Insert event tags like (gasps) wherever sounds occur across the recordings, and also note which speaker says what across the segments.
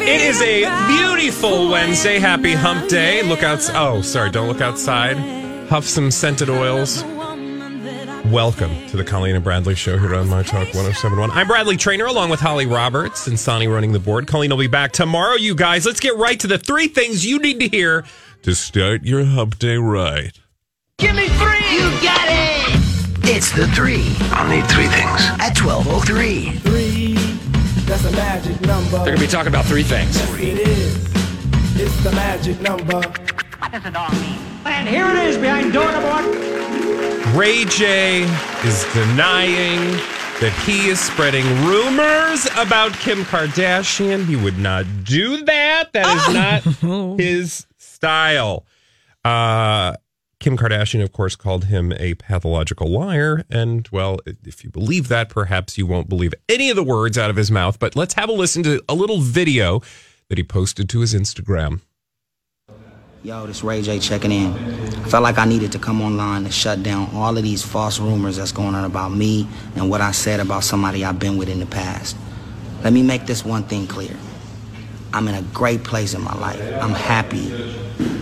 Speaker 1: It is a beautiful Wednesday. Happy hump day. Look outs. Oh, sorry. Don't look outside. Huff some scented oils. Welcome to the Colleen and Bradley Show here on My Talk 1071. I'm Bradley Trainer along with Holly Roberts and Sonny running the board. Colleen will be back tomorrow, you guys. Let's get right to the three things you need to hear to start your hump day right.
Speaker 2: Give me three! You got it! It's the three
Speaker 3: I'll need three things.
Speaker 2: at 1203.
Speaker 4: Three, that's a magic number.
Speaker 5: They're gonna be talking about three things.
Speaker 4: It is. It's the magic number.
Speaker 1: Ray J is denying that he is spreading rumors about Kim Kardashian. He would not do that. That is not his style. Uh, Kim Kardashian, of course, called him a pathological liar. And, well, if you believe that, perhaps you won't believe any of the words out of his mouth. But let's have a listen to a little video that he posted to his Instagram.
Speaker 6: Yo, this Ray J checking in. I felt like I needed to come online to shut down all of these false rumors that's going on about me and what I said about somebody I've been with in the past. Let me make this one thing clear. I'm in a great place in my life. I'm happy.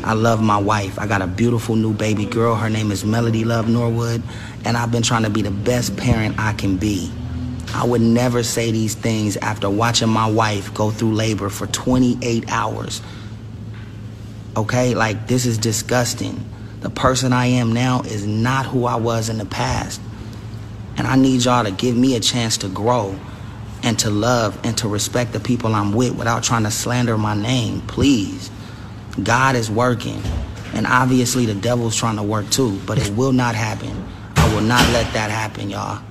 Speaker 6: I love my wife. I got a beautiful new baby girl. Her name is Melody Love Norwood, and I've been trying to be the best parent I can be. I would never say these things after watching my wife go through labor for 28 hours okay? Like, this is disgusting. The person I am now is not who I was in the past. And I need y'all to give me a chance to grow and to love and to respect the people I'm with without trying to slander my name, please. God is working. And obviously, the devil's trying to work too, but it will not happen. I will not let that happen, y'all.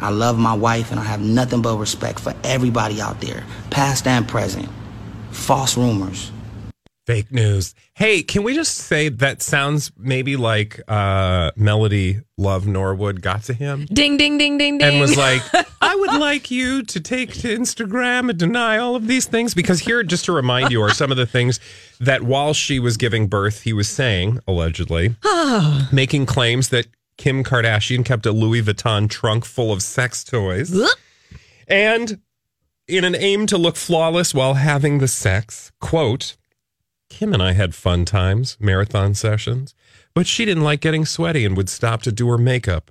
Speaker 6: I love my wife and I have nothing but respect for everybody out there, past and present. False rumors.
Speaker 1: Fake news. Hey, can we just say that sounds maybe like uh, Melody Love Norwood got to him
Speaker 7: Ding, ding, ding, ding, ding.
Speaker 1: and was
Speaker 7: (laughs)
Speaker 1: like, I would like you to take to Instagram and deny all of these things? Because here, just to remind you, are some of the things that while she was giving birth, he was saying,
Speaker 7: (sighs)
Speaker 1: allegedly, making claims that Kim Kardashian kept a Louis Vuitton trunk full of sex toys. And in an aim to look flawless while having the sex, quote, Kim and I had fun times, marathon sessions, but she didn't like getting sweaty and would stop to do her makeup.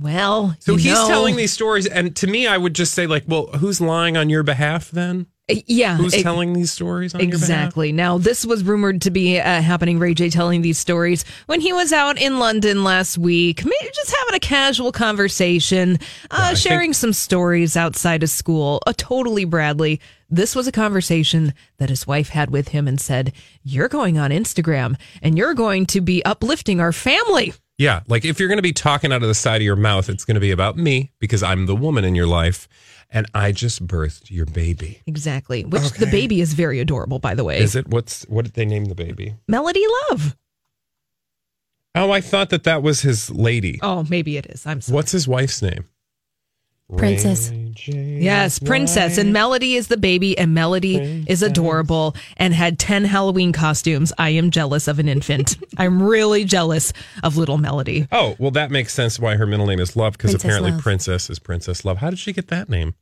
Speaker 7: well,
Speaker 1: So
Speaker 7: you
Speaker 1: he's
Speaker 7: know.
Speaker 1: telling these stories, and to me, I would just say, like, well, who's lying on your behalf then?
Speaker 7: Yeah,
Speaker 1: Who's
Speaker 7: e-
Speaker 1: telling these stories on your behalf?
Speaker 7: Exactly. Now, this was rumored to be uh, happening. Ray J telling these stories when he was out in London last week, maybe just having a casual conversation, uh, sharing some stories outside of school. Uh, totally, Bradley. This was a conversation that his wife had with him and said, "You're going on Instagram and you're going to be uplifting our family."
Speaker 1: Yeah, like if you're going to be talking out of the side of your mouth, it's going to be about me because I'm the woman in your life, and I just birthed your baby.
Speaker 7: Exactly. Which the baby is very adorable, by the way.
Speaker 1: Is it what's what did they name the baby?
Speaker 7: Melody Love.
Speaker 1: Oh, I thought that that was his lady.
Speaker 7: Oh, maybe it is. I'm sorry.
Speaker 1: What's his wife's name?
Speaker 8: Princess.
Speaker 1: Ray J.
Speaker 7: Yes, Princess. And Melody is the baby, and Melody is adorable and had 10 Halloween costumes. I am jealous of
Speaker 1: (laughs)
Speaker 7: an infant. I'm really jealous of little Melody.
Speaker 1: Oh, well, that makes sense why her middle name is Love because
Speaker 8: Princess
Speaker 1: apparently
Speaker 8: Love.
Speaker 1: Princess is Princess Love. How did she get that name?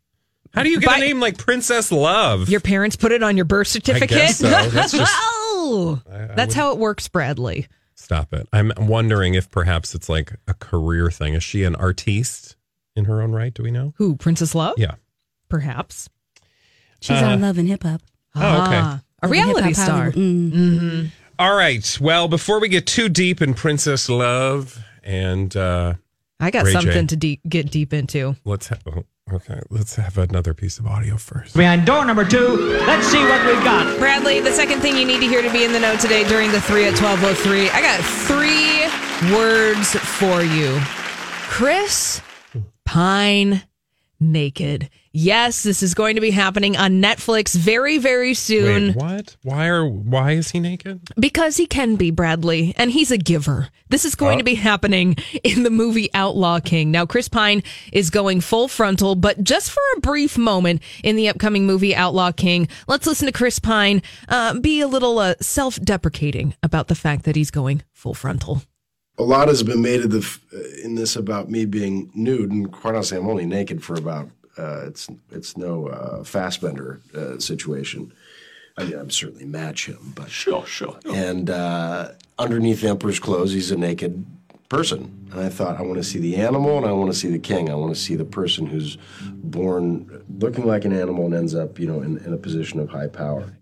Speaker 1: How do you get
Speaker 7: By-
Speaker 1: a name like Princess Love?
Speaker 7: Your parents put it on your birth certificate?
Speaker 1: guess so.
Speaker 7: (laughs)
Speaker 1: That's just-
Speaker 7: Oh, that's how it works, Bradley.
Speaker 1: Stop it. I'm wondering if perhaps it's like a career thing. Is she an artiste in her own right? Do we know?
Speaker 7: Who, Princess Love?
Speaker 1: Yeah.
Speaker 7: Perhaps. Ah,
Speaker 8: She's on Love and Hip Hop.
Speaker 1: Oh, okay.
Speaker 7: A reality star.
Speaker 8: Mm.
Speaker 1: All right. Well, before we get too deep in Princess Love, and uh,
Speaker 7: I got
Speaker 1: Ray J.
Speaker 7: something to de- get deep into.
Speaker 1: let's have oh, okay, let's have another piece of audio first.
Speaker 3: Behind door number two, let's see what we've got.
Speaker 7: Bradley, the second thing you need to hear to be in the know today during the three at 1203, I got three words for you Chris Pine Naked. Yes, this is going to be happening on Netflix very, very soon.
Speaker 1: Wait, what? Why are why is he naked?
Speaker 7: Because he can be Bradley, and he's a giver. This is going to be happening (laughs) in the movie Outlaw King. Now, Chris Pine is going full frontal, but just for a brief moment in the upcoming movie Outlaw King, let's listen to Chris Pine uh, be a little uh, self deprecating about the fact that he's going full frontal.
Speaker 5: a lot has been made of the f- in this about me being nude, and quite honestly, I'm only naked for about uh, it's it's no uh, Fassbender uh, situation. I mean, I'm certainly match him, but sure, sure. And uh, underneath the Emperor's clothes, he's a naked person, and I thought I want to see the animal, and I want to see the king. I want to see the person who's born looking like an animal and ends up, you know, in, in a position of high power.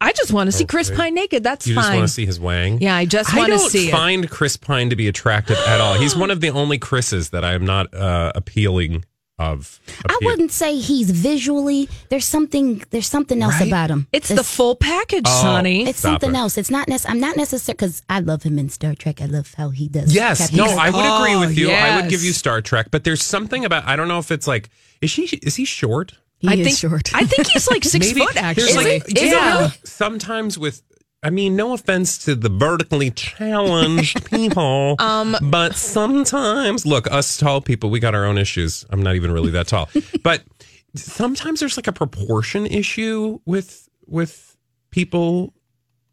Speaker 7: I just want to see Chris Pine naked. That's
Speaker 1: You just
Speaker 7: fine.
Speaker 1: want to see his wang?
Speaker 7: yeah, I just
Speaker 1: I
Speaker 7: want to
Speaker 1: don't
Speaker 7: see it.
Speaker 1: find Chris Pine to be attractive at all.
Speaker 7: (gasps)
Speaker 1: He's one of the only Chris's that I am not uh, appealing of.
Speaker 8: I
Speaker 1: Appeal-
Speaker 8: wouldn't say he's visually. There's something. There's something else
Speaker 1: Right?
Speaker 8: about him.
Speaker 7: It's the full package,
Speaker 1: Oh.
Speaker 7: Sonny.
Speaker 8: It's
Speaker 1: Stop
Speaker 8: something
Speaker 1: it.
Speaker 8: else. It's not. Nec- I'm not necessarily because I love him in Star Trek. I love how he does.
Speaker 1: Yes,
Speaker 8: trapeze.
Speaker 1: no, I would agree with you. I
Speaker 7: yes.
Speaker 1: would give you Star Trek, but there's something about I don't know if it's like is she is he short?
Speaker 8: He
Speaker 7: I
Speaker 8: is
Speaker 7: think
Speaker 8: short.
Speaker 7: I think
Speaker 1: (laughs)
Speaker 7: he's like six
Speaker 1: Maybe-
Speaker 7: foot
Speaker 1: there's
Speaker 7: actually.
Speaker 1: like- do you know,
Speaker 7: yeah.
Speaker 1: Sometimes with, I mean, no offense to the vertically
Speaker 7: (laughs)
Speaker 1: challenged people, um, but sometimes, look, us tall people, we got our own issues. I'm not even really that
Speaker 7: (laughs)
Speaker 1: tall, but sometimes there's like a proportion issue with with people,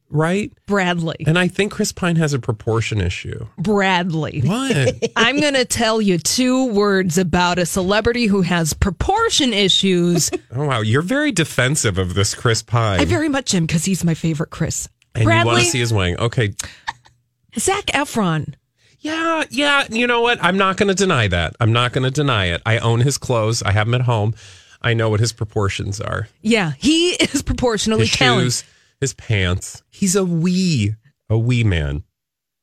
Speaker 1: right?
Speaker 7: Bradley.
Speaker 1: And I think Chris Pine has a proportion issue.
Speaker 7: Bradley. (laughs)
Speaker 1: What?
Speaker 7: I'm
Speaker 1: (laughs)
Speaker 7: going to tell you two words about a celebrity who has proportion
Speaker 1: (laughs)
Speaker 7: issues.
Speaker 1: oh wow, you're very defensive of this Chris Pine.
Speaker 7: I very much am because he's my favorite Chris.
Speaker 1: and you
Speaker 7: Bradley,
Speaker 1: want to see his wing? Okay,
Speaker 7: Zach Efron.
Speaker 1: Yeah, yeah. You know what? I'm not going to deny that. I'm not going to deny it. I own his clothes. I have him at home. I know what his proportions are.
Speaker 7: Yeah, he (laughs) is proportionally
Speaker 1: His
Speaker 7: challenged.
Speaker 1: shoes, his pants. He's a wee, a wee man.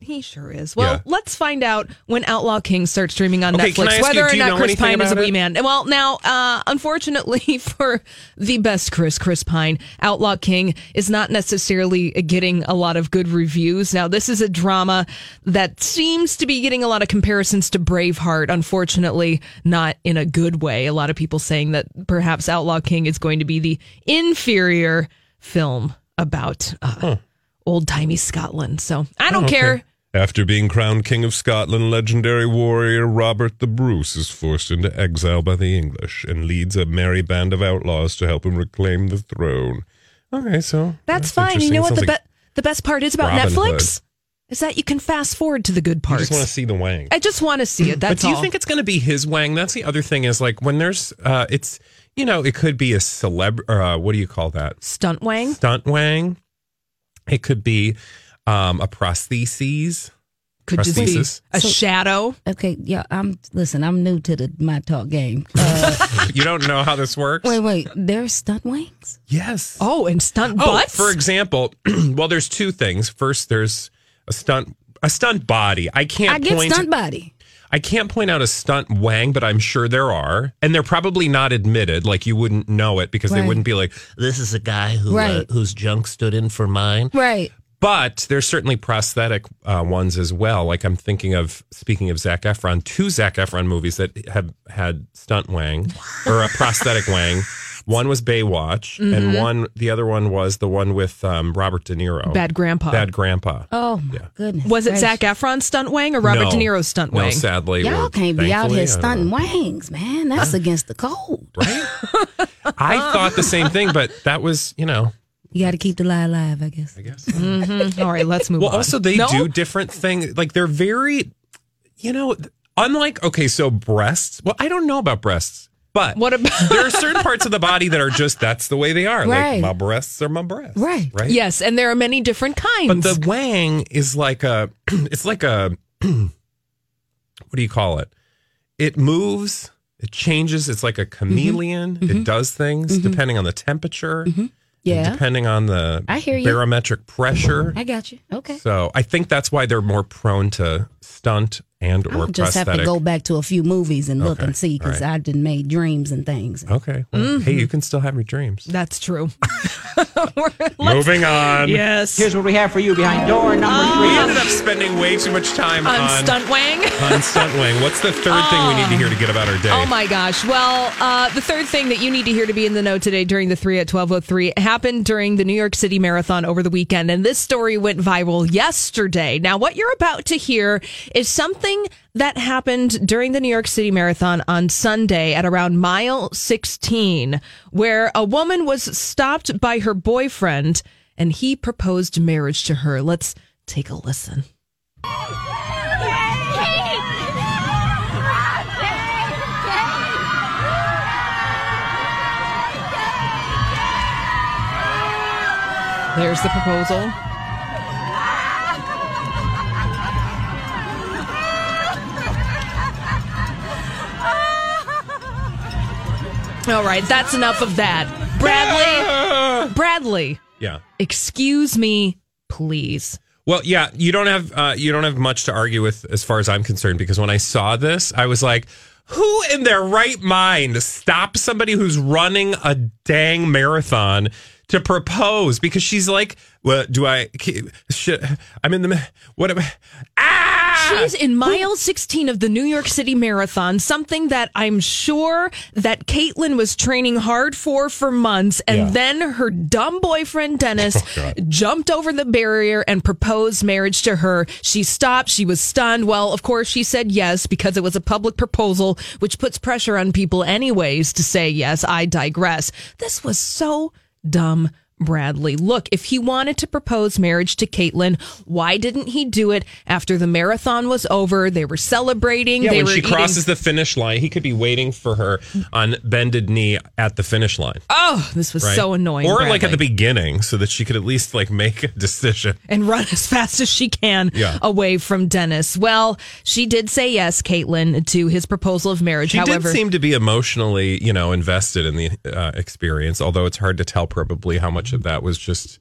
Speaker 7: He sure is. Well,
Speaker 1: Yeah.
Speaker 7: let's find out when Outlaw King starts streaming on
Speaker 1: Okay, can I
Speaker 7: Netflix
Speaker 1: ask
Speaker 7: whether
Speaker 1: you,
Speaker 7: or
Speaker 1: do you
Speaker 7: not
Speaker 1: know
Speaker 7: Chris
Speaker 1: anything
Speaker 7: Pine is a
Speaker 1: about
Speaker 7: wee
Speaker 1: it?
Speaker 7: man. Well, now, uh, unfortunately (laughs) for the best Chris, Chris Pine, Outlaw King is not necessarily getting a lot of good reviews. Now, this is a drama that seems to be getting a lot of comparisons to Braveheart. Unfortunately, not in a good way. A lot of people saying that perhaps Outlaw King is going to be the inferior film about. Uh,
Speaker 1: Hmm.
Speaker 7: Old timey Scotland. So I
Speaker 1: Oh,
Speaker 7: don't care.
Speaker 1: After being crowned King of Scotland, legendary warrior Robert the Bruce is forced into exile by the English and leads a merry band of outlaws to help him reclaim the throne. Okay, so
Speaker 7: That's, fine. You
Speaker 1: interesting.
Speaker 7: know what
Speaker 1: Sounds
Speaker 7: the
Speaker 1: like-
Speaker 7: be- the best part is about
Speaker 1: Robin
Speaker 7: Netflix is that you can fast forward to the good
Speaker 1: I just want to
Speaker 7: parts.
Speaker 1: see the wang.
Speaker 7: I just want to see it.
Speaker 1: but
Speaker 7: That's
Speaker 1: do you
Speaker 7: all.
Speaker 1: think it's going to be his wang? That's the other thing is like when there's, uh, it's, you know, it could be a celeb, uh, what do you call that?
Speaker 7: stunt wang?
Speaker 1: Stunt wang. It could be um, a prostheses.
Speaker 7: Could just be
Speaker 1: prosthesis.
Speaker 7: a
Speaker 8: So-
Speaker 7: shadow.
Speaker 8: (laughs) Okay, yeah. I'm listen. I'm new to the my talk game. Uh,
Speaker 1: (laughs) you don't know how this works?
Speaker 8: wait, wait. There's stunt wings.
Speaker 1: yes.
Speaker 7: Oh, and stunt
Speaker 1: Oh,
Speaker 7: butts.
Speaker 1: for example, (clears throat) well, there's two things. First, there's a stunt, a stunt body. I can't
Speaker 8: I get
Speaker 1: point.
Speaker 8: stunt body.
Speaker 1: I can't point out a stunt wang, but I'm sure there are, and they're probably not admitted. Like you wouldn't know it because they
Speaker 8: Right.
Speaker 1: wouldn't be like,
Speaker 9: This is a guy who uh,
Speaker 8: Right.
Speaker 9: whose junk stood in for mine.
Speaker 8: Right.
Speaker 1: But there's certainly prosthetic uh, ones as well. Like I'm thinking of speaking of Zach Efron, two Zach Efron movies that have had stunt wang or a
Speaker 7: (laughs)
Speaker 1: prosthetic wang. One was Baywatch,
Speaker 7: Mm-hmm.
Speaker 1: and one the other one was the one with um, Robert De Niro.
Speaker 7: Bad grandpa.
Speaker 1: Bad Grandpa.
Speaker 8: Oh my goodness.
Speaker 7: Was it
Speaker 8: gracious.
Speaker 7: Zach Efron's stunt wang or Robert
Speaker 1: No.
Speaker 7: De Niro's stunt
Speaker 1: No,
Speaker 7: wang?
Speaker 1: sadly,
Speaker 8: Y'all
Speaker 1: or
Speaker 8: can't be out
Speaker 1: thankfully, I
Speaker 8: here
Speaker 1: don't
Speaker 8: stunting
Speaker 1: know.
Speaker 8: wangs, man. That's against the code.
Speaker 1: I thought the same thing, but that was you know.
Speaker 8: You got to keep the lie alive, I guess.
Speaker 1: I guess.
Speaker 7: Mhm. All right, let's move
Speaker 1: Well,
Speaker 7: on.
Speaker 1: also they
Speaker 7: No?
Speaker 1: do different things. Like they're very, you know, unlike okay, so breasts. Well, I don't know about breasts, but
Speaker 7: What about-
Speaker 1: there are certain parts of the body that are just that's the way they are.
Speaker 8: Right.
Speaker 1: Like my breasts are my breasts.
Speaker 8: Right.
Speaker 1: Right.
Speaker 7: Yes, and there are many different
Speaker 1: But
Speaker 7: kinds.
Speaker 1: the wang is like a, (clears throat) it's like a, (clears throat) what do you call it? It moves. It changes. It's like a chameleon. It does things depending on the temperature.
Speaker 8: Yeah.
Speaker 1: Depending on the
Speaker 8: I hear you.
Speaker 1: barometric pressure.
Speaker 8: I got you. Okay.
Speaker 1: So I think that's why they're more prone to stunt and or
Speaker 8: I'll just have
Speaker 1: prosthetic.
Speaker 8: to go back to a few movies and look
Speaker 1: Okay.
Speaker 8: and see because
Speaker 1: All right.
Speaker 8: I didn't made dreams and things.
Speaker 1: Okay. Well,
Speaker 8: Mm-hmm.
Speaker 1: Hey, you can still have your dreams.
Speaker 7: That's true.
Speaker 1: Moving on.
Speaker 7: Yes. Um,
Speaker 3: Here's what we have for you behind door number
Speaker 1: We
Speaker 3: three.
Speaker 1: ended up spending way too much time
Speaker 7: on,
Speaker 1: on,
Speaker 7: stunt wang.
Speaker 1: on stunt wing. What's the third thing we need to hear to get about our day?
Speaker 7: Oh my gosh. Well, uh, the third thing that you need to hear to be in the know today during the 3 at 1203 happened during the New York City Marathon over the weekend. And this story went viral yesterday. Now, what you're about to hear is something that happened during the New York City Marathon on Sunday at around mile 16, where a woman was stopped by her boyfriend and he proposed marriage to her. Let's take a listen. There's the proposal. All right, that's enough of that. Bradley, Bradley,
Speaker 1: Yeah.
Speaker 7: excuse me, please.
Speaker 1: Well, yeah, you don't have uh, you don't have much to argue with as far as I'm concerned because when I saw this, I was like, who in their right mind stops somebody who's running a dang marathon to propose because she's like, well, do I should, I'm in the mi- what am I- ah
Speaker 7: She's in mile 16 of the New York City Marathon, something that I'm sure that Caitlin was training hard for for months. And
Speaker 1: Yeah.
Speaker 7: then her dumb boyfriend, Dennis, jumped over the barrier and proposed marriage to her. She stopped. She was stunned. Well, of course, she said yes because it was a public proposal, which puts pressure on people, anyways, to say yes. I digress. This was so dumb. Bradley. Look, if he wanted to propose marriage to Caitlyn, why didn't he do it after the marathon was over? They were celebrating.
Speaker 1: Yeah,
Speaker 7: they
Speaker 1: when
Speaker 7: were
Speaker 1: she
Speaker 7: eating-
Speaker 1: crosses the finish line, he could be waiting for her on bended knee at the finish line.
Speaker 7: Oh, this was
Speaker 1: right?
Speaker 7: so annoying.
Speaker 1: Or like at the
Speaker 7: Bradley.
Speaker 1: beginning, so that she could at least like make a decision.
Speaker 7: and run as fast as she can
Speaker 1: Yeah.
Speaker 7: away from Dennis. Well, she did say yes, Caitlyn, to his proposal of marriage.
Speaker 1: She
Speaker 7: However,
Speaker 1: did seem to be emotionally, you know, invested in the uh, experience, although it's hard to tell probably how much of that was just,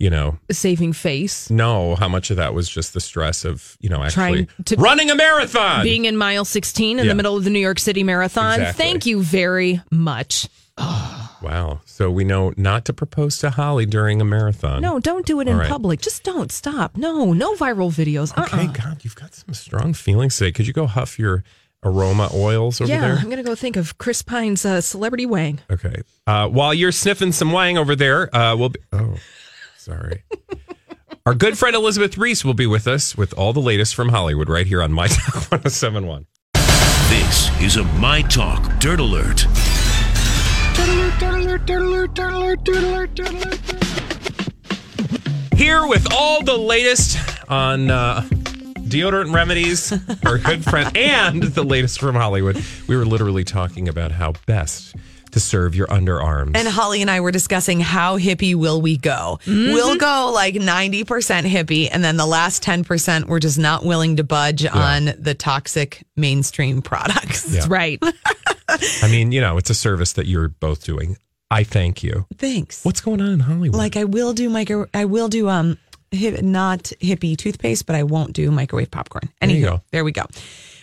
Speaker 1: you know,
Speaker 7: saving face,
Speaker 1: no, how much of that was just the stress of, you know, actually
Speaker 7: Trying to-
Speaker 1: running a marathon.
Speaker 7: being in mile 16 in
Speaker 1: Yeah.
Speaker 7: the middle of the New York City Marathon.
Speaker 1: Exactly.
Speaker 7: Thank you very much.
Speaker 1: wow. So we know not to propose to Holly during a marathon.
Speaker 7: No, don't do it in
Speaker 1: All right.
Speaker 7: public. Just don't stop. No, no viral videos. Uh-uh.
Speaker 1: Okay, God, you've got some strong feelings today. Could you go huff your aroma oils over
Speaker 7: yeah,
Speaker 1: there?
Speaker 7: I'm going to go think of Chris Pine's uh, Celebrity Wang.
Speaker 1: Okay. Uh, while you're sniffing some wang over there, uh, we'll be. Oh,
Speaker 10: (laughs)
Speaker 1: sorry. Our good friend Elizabeth Reese will be with us with all the latest from Hollywood right here on My Talk (laughs) 1071.
Speaker 11: This is a My Talk Dirt Alert.
Speaker 1: Here with all the latest on uh, deodorant remedies, our good
Speaker 10: (laughs)
Speaker 1: friend, and the latest from Hollywood. We were literally talking about how best to serve your underarms.
Speaker 10: And uh, Holly and I were discussing how hippie will we go?
Speaker 7: Mm-hmm.
Speaker 10: We'll go like 90% hippie, and then the last 10% we're just not willing to budge on the toxic mainstream products.
Speaker 1: That's Yeah.
Speaker 7: right.
Speaker 1: I mean, you know, it's a service that you're both doing. I thank you.
Speaker 10: (laughs) Thanks.
Speaker 1: What's going on in Hollywood?
Speaker 10: Like I will do micro I will do um hip, not hippie toothpaste, but I won't do microwave popcorn.
Speaker 1: There you
Speaker 10: Anywho,
Speaker 1: go.
Speaker 10: there we go.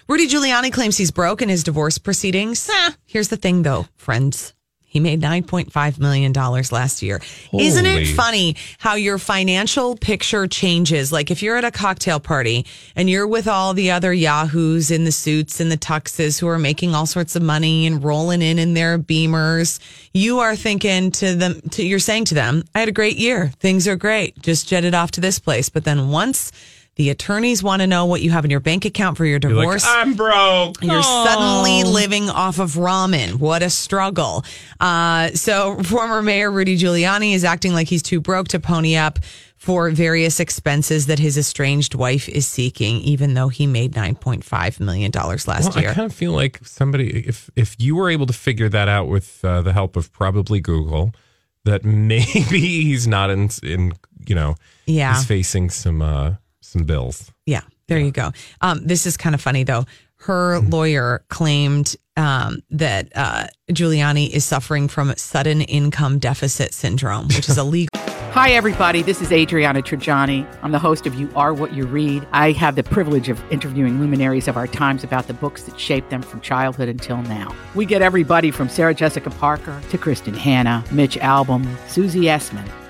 Speaker 10: Rudy Giuliani claims he's broke in his divorce proceedings. Eh, Here's the thing though, friends. He made $9.5 million last year. Isn't it
Speaker 12: Holy.
Speaker 10: funny how your financial picture changes? Like if you're at a cocktail party and you're with all the other yahoos in the suits and the tuxes who are making all sorts of money and rolling in in their beamers, you are thinking to them, to, you're saying to them, I had a great year. Things are great. Just jetted off to this place. But then once the attorneys want to know what you have in your bank account for your
Speaker 1: You're like, "Ah,
Speaker 10: divorce.
Speaker 1: I'm broke.
Speaker 10: You're suddenly
Speaker 1: Oh.
Speaker 10: living off of ramen. What a struggle. Uh, so, (laughs) former Mayor Rudy Giuliani is acting like he's too broke to pony up for various expenses that his estranged wife is seeking, even though he made $9.5 million last
Speaker 1: Well,
Speaker 10: year.
Speaker 1: I kind of feel like somebody, if if you were able to figure that out with uh, the help of probably Google, that (laughs) maybe he's not in, in you know,
Speaker 10: Yeah.
Speaker 1: he's facing some uh, some bills.
Speaker 10: Yeah, there you go. Um, this is kind of funny though. Her lawyer claimed um, that uh, Giuliani is suffering from sudden income deficit syndrome, which is a (laughs) legal.
Speaker 12: Hi, everybody. This is Adriana Trajani. I'm the host of You Are What You Read. I have the privilege of interviewing luminaries of our times about the books that shaped them from childhood until now. We get everybody from Sarah Jessica Parker to Kristen Hanna, Mitch Albom, Susie Essman,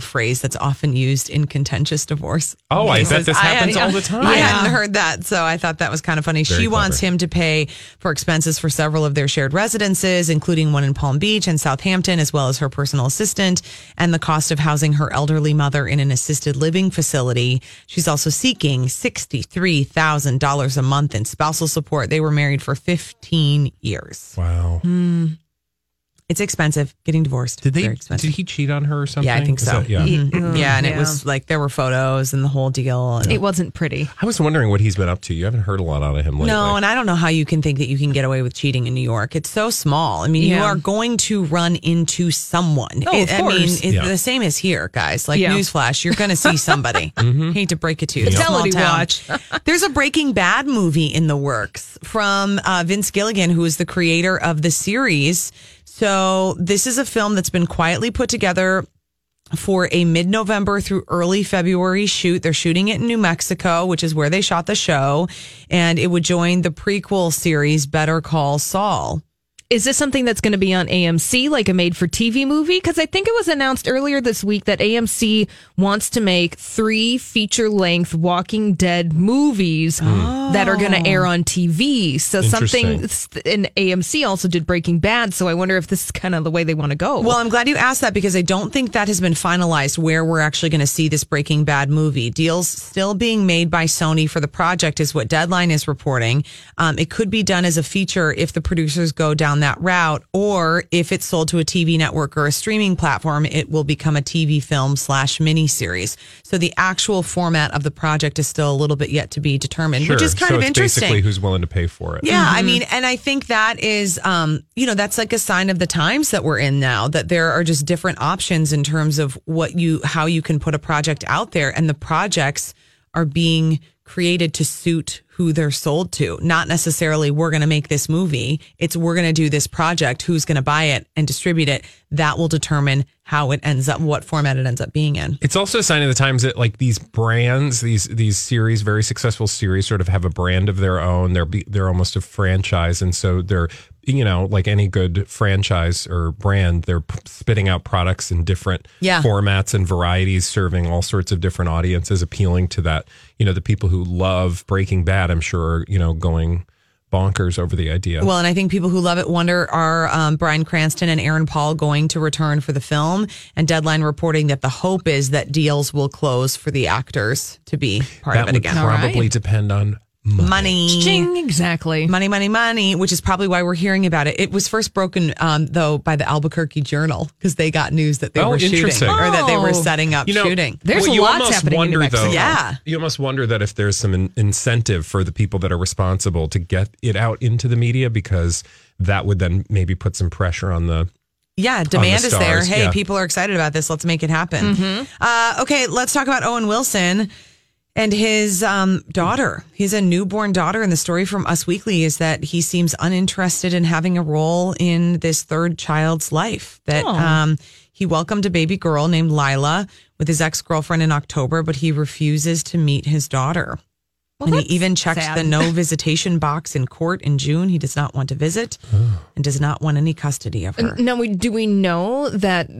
Speaker 10: Phrase that's often used in contentious divorce.
Speaker 1: Oh, I bet this happens
Speaker 10: I
Speaker 1: all the time.
Speaker 10: (laughs) I hadn't heard that, so I thought that was kind of funny.
Speaker 1: Very
Speaker 10: she
Speaker 1: clever.
Speaker 10: wants him to pay for expenses for several of their shared residences, including one in Palm Beach and Southampton, as well as her personal assistant, and the cost of housing her elderly mother in an assisted living facility. She's also seeking $63,000 a month in spousal support. They were married for 15 years.
Speaker 1: Wow.
Speaker 10: Hmm. It's expensive getting divorced.
Speaker 1: Did they?
Speaker 10: Very expensive.
Speaker 1: Did he cheat on her or something?
Speaker 10: Yeah, I think
Speaker 1: Is
Speaker 10: so.
Speaker 1: that- yeah.
Speaker 10: Mhm. yeah, and it
Speaker 7: Mm-hmm. Yeah.
Speaker 10: was like there were photos and the whole deal. and-
Speaker 7: It wasn't pretty.
Speaker 1: I was wondering what he's been up to. You haven't heard a lot out of him lately.
Speaker 10: No, and I don't know how you can think that you can get away with cheating in New York. It's so small. I mean, you
Speaker 7: Yeah.
Speaker 10: are going to run into someone.
Speaker 7: Oh, of
Speaker 10: I mean,
Speaker 7: course.
Speaker 10: it's
Speaker 7: Yeah.
Speaker 10: the same as here, guys. Like
Speaker 7: Yeah.
Speaker 10: newsflash, you're going to
Speaker 7: (laughs)
Speaker 10: see somebody.
Speaker 1: Mm-hmm.
Speaker 10: Hate to break it to you, it's a small
Speaker 7: Fidelity
Speaker 10: town.
Speaker 7: watch.
Speaker 10: (laughs) There's a Breaking Bad movie in the works from uh, Vince Gilligan, who is the creator of the series. So this is a film that's been quietly put together for a mid November through early February shoot. They're shooting it in New Mexico, which is where they shot the show. And it would join the prequel series, Better Call Saul.
Speaker 7: Is this something that's going to be on AMC, like a made for TV movie? Because I think it was announced earlier this week that AMC wants to make three feature length Walking Dead movies that are going to air on TV. So something, and AMC also did Breaking Bad. So I wonder if this is kind of the way they want to go.
Speaker 10: Well, I'm glad you asked that because I don't think that has been finalized where we're actually going to see this Breaking Bad movie. Deals still being made by Sony for the project is what Deadline is reporting. Um, it could be done as a feature if the producers go down that route, or if it's sold to a TV network or a streaming platform, it will become a TV film slash miniseries. So the actual format of the project is still a little bit yet to be determined,
Speaker 1: Sure.
Speaker 10: which is kind
Speaker 1: so
Speaker 10: of
Speaker 1: it's
Speaker 10: interesting.
Speaker 1: Basically, who's willing to pay for it?
Speaker 10: Yeah, I mean, and I think that is, um, you know, that's like a sign of the times that we're in now. That there are just different options in terms of what you, how you can put a project out there, and the projects are being created to suit who they're sold to. Not necessarily we're going to make this movie. It's we're going to do this project. Who's going to buy it and distribute it? That will determine how it ends up, what format it ends up being in.
Speaker 1: It's also a sign of the times that like these brands, these these series, very successful series, sort of have a brand of their own. They're be- they're almost a franchise, and so they're you know like any good franchise or brand, they're p- spitting out products in different
Speaker 10: Yeah.
Speaker 1: formats and varieties, serving all sorts of different audiences, appealing to that you know the people who love Breaking Bad. I'm sure are, you know going bonkers over the idea.
Speaker 10: Well, and I think people who love it wonder are um, Brian Cranston and Aaron Paul going to return for the film? And Deadline reporting that the hope is that deals will close for the actors to be part
Speaker 1: that
Speaker 10: of it
Speaker 1: would
Speaker 10: again.
Speaker 1: probably depend on
Speaker 10: Money.
Speaker 7: Ching, exactly.
Speaker 10: Money, money, money, which is probably why we're hearing about it. It was first broken, um, though, by the Albuquerque Journal because they got news that they
Speaker 1: Oh,
Speaker 10: were shooting
Speaker 1: interesting.
Speaker 10: or that they were
Speaker 7: Oh.
Speaker 10: setting up
Speaker 1: You know,
Speaker 10: shooting.
Speaker 7: There's
Speaker 1: Well, you
Speaker 7: lots
Speaker 1: almost
Speaker 7: happening in
Speaker 1: wonder,
Speaker 7: New Mexico.
Speaker 1: Though,
Speaker 10: Yeah.
Speaker 1: You almost wonder that if there's some in- incentive for the people that are responsible to get it out into the media because that would then maybe put some pressure on the.
Speaker 10: Yeah, demand
Speaker 1: the
Speaker 10: is there.
Speaker 1: stars,
Speaker 10: Hey,
Speaker 1: yeah. Mm-hmm.
Speaker 10: people are excited about this. Let's make it happen. Uh, okay, let's talk about Owen Wilson and his um, daughter. He's a newborn daughter, and the story from Us Weekly is that he seems uninterested in having a role in this third child's life. That
Speaker 7: Oh.
Speaker 10: um, he welcomed a baby girl named Lila with his ex girlfriend in October, but he refuses to meet his daughter. and he even checks the no visitation box in court in June. He does not want to visit
Speaker 1: Oh.
Speaker 10: and does not want any custody of her.
Speaker 7: Now, we, do we know that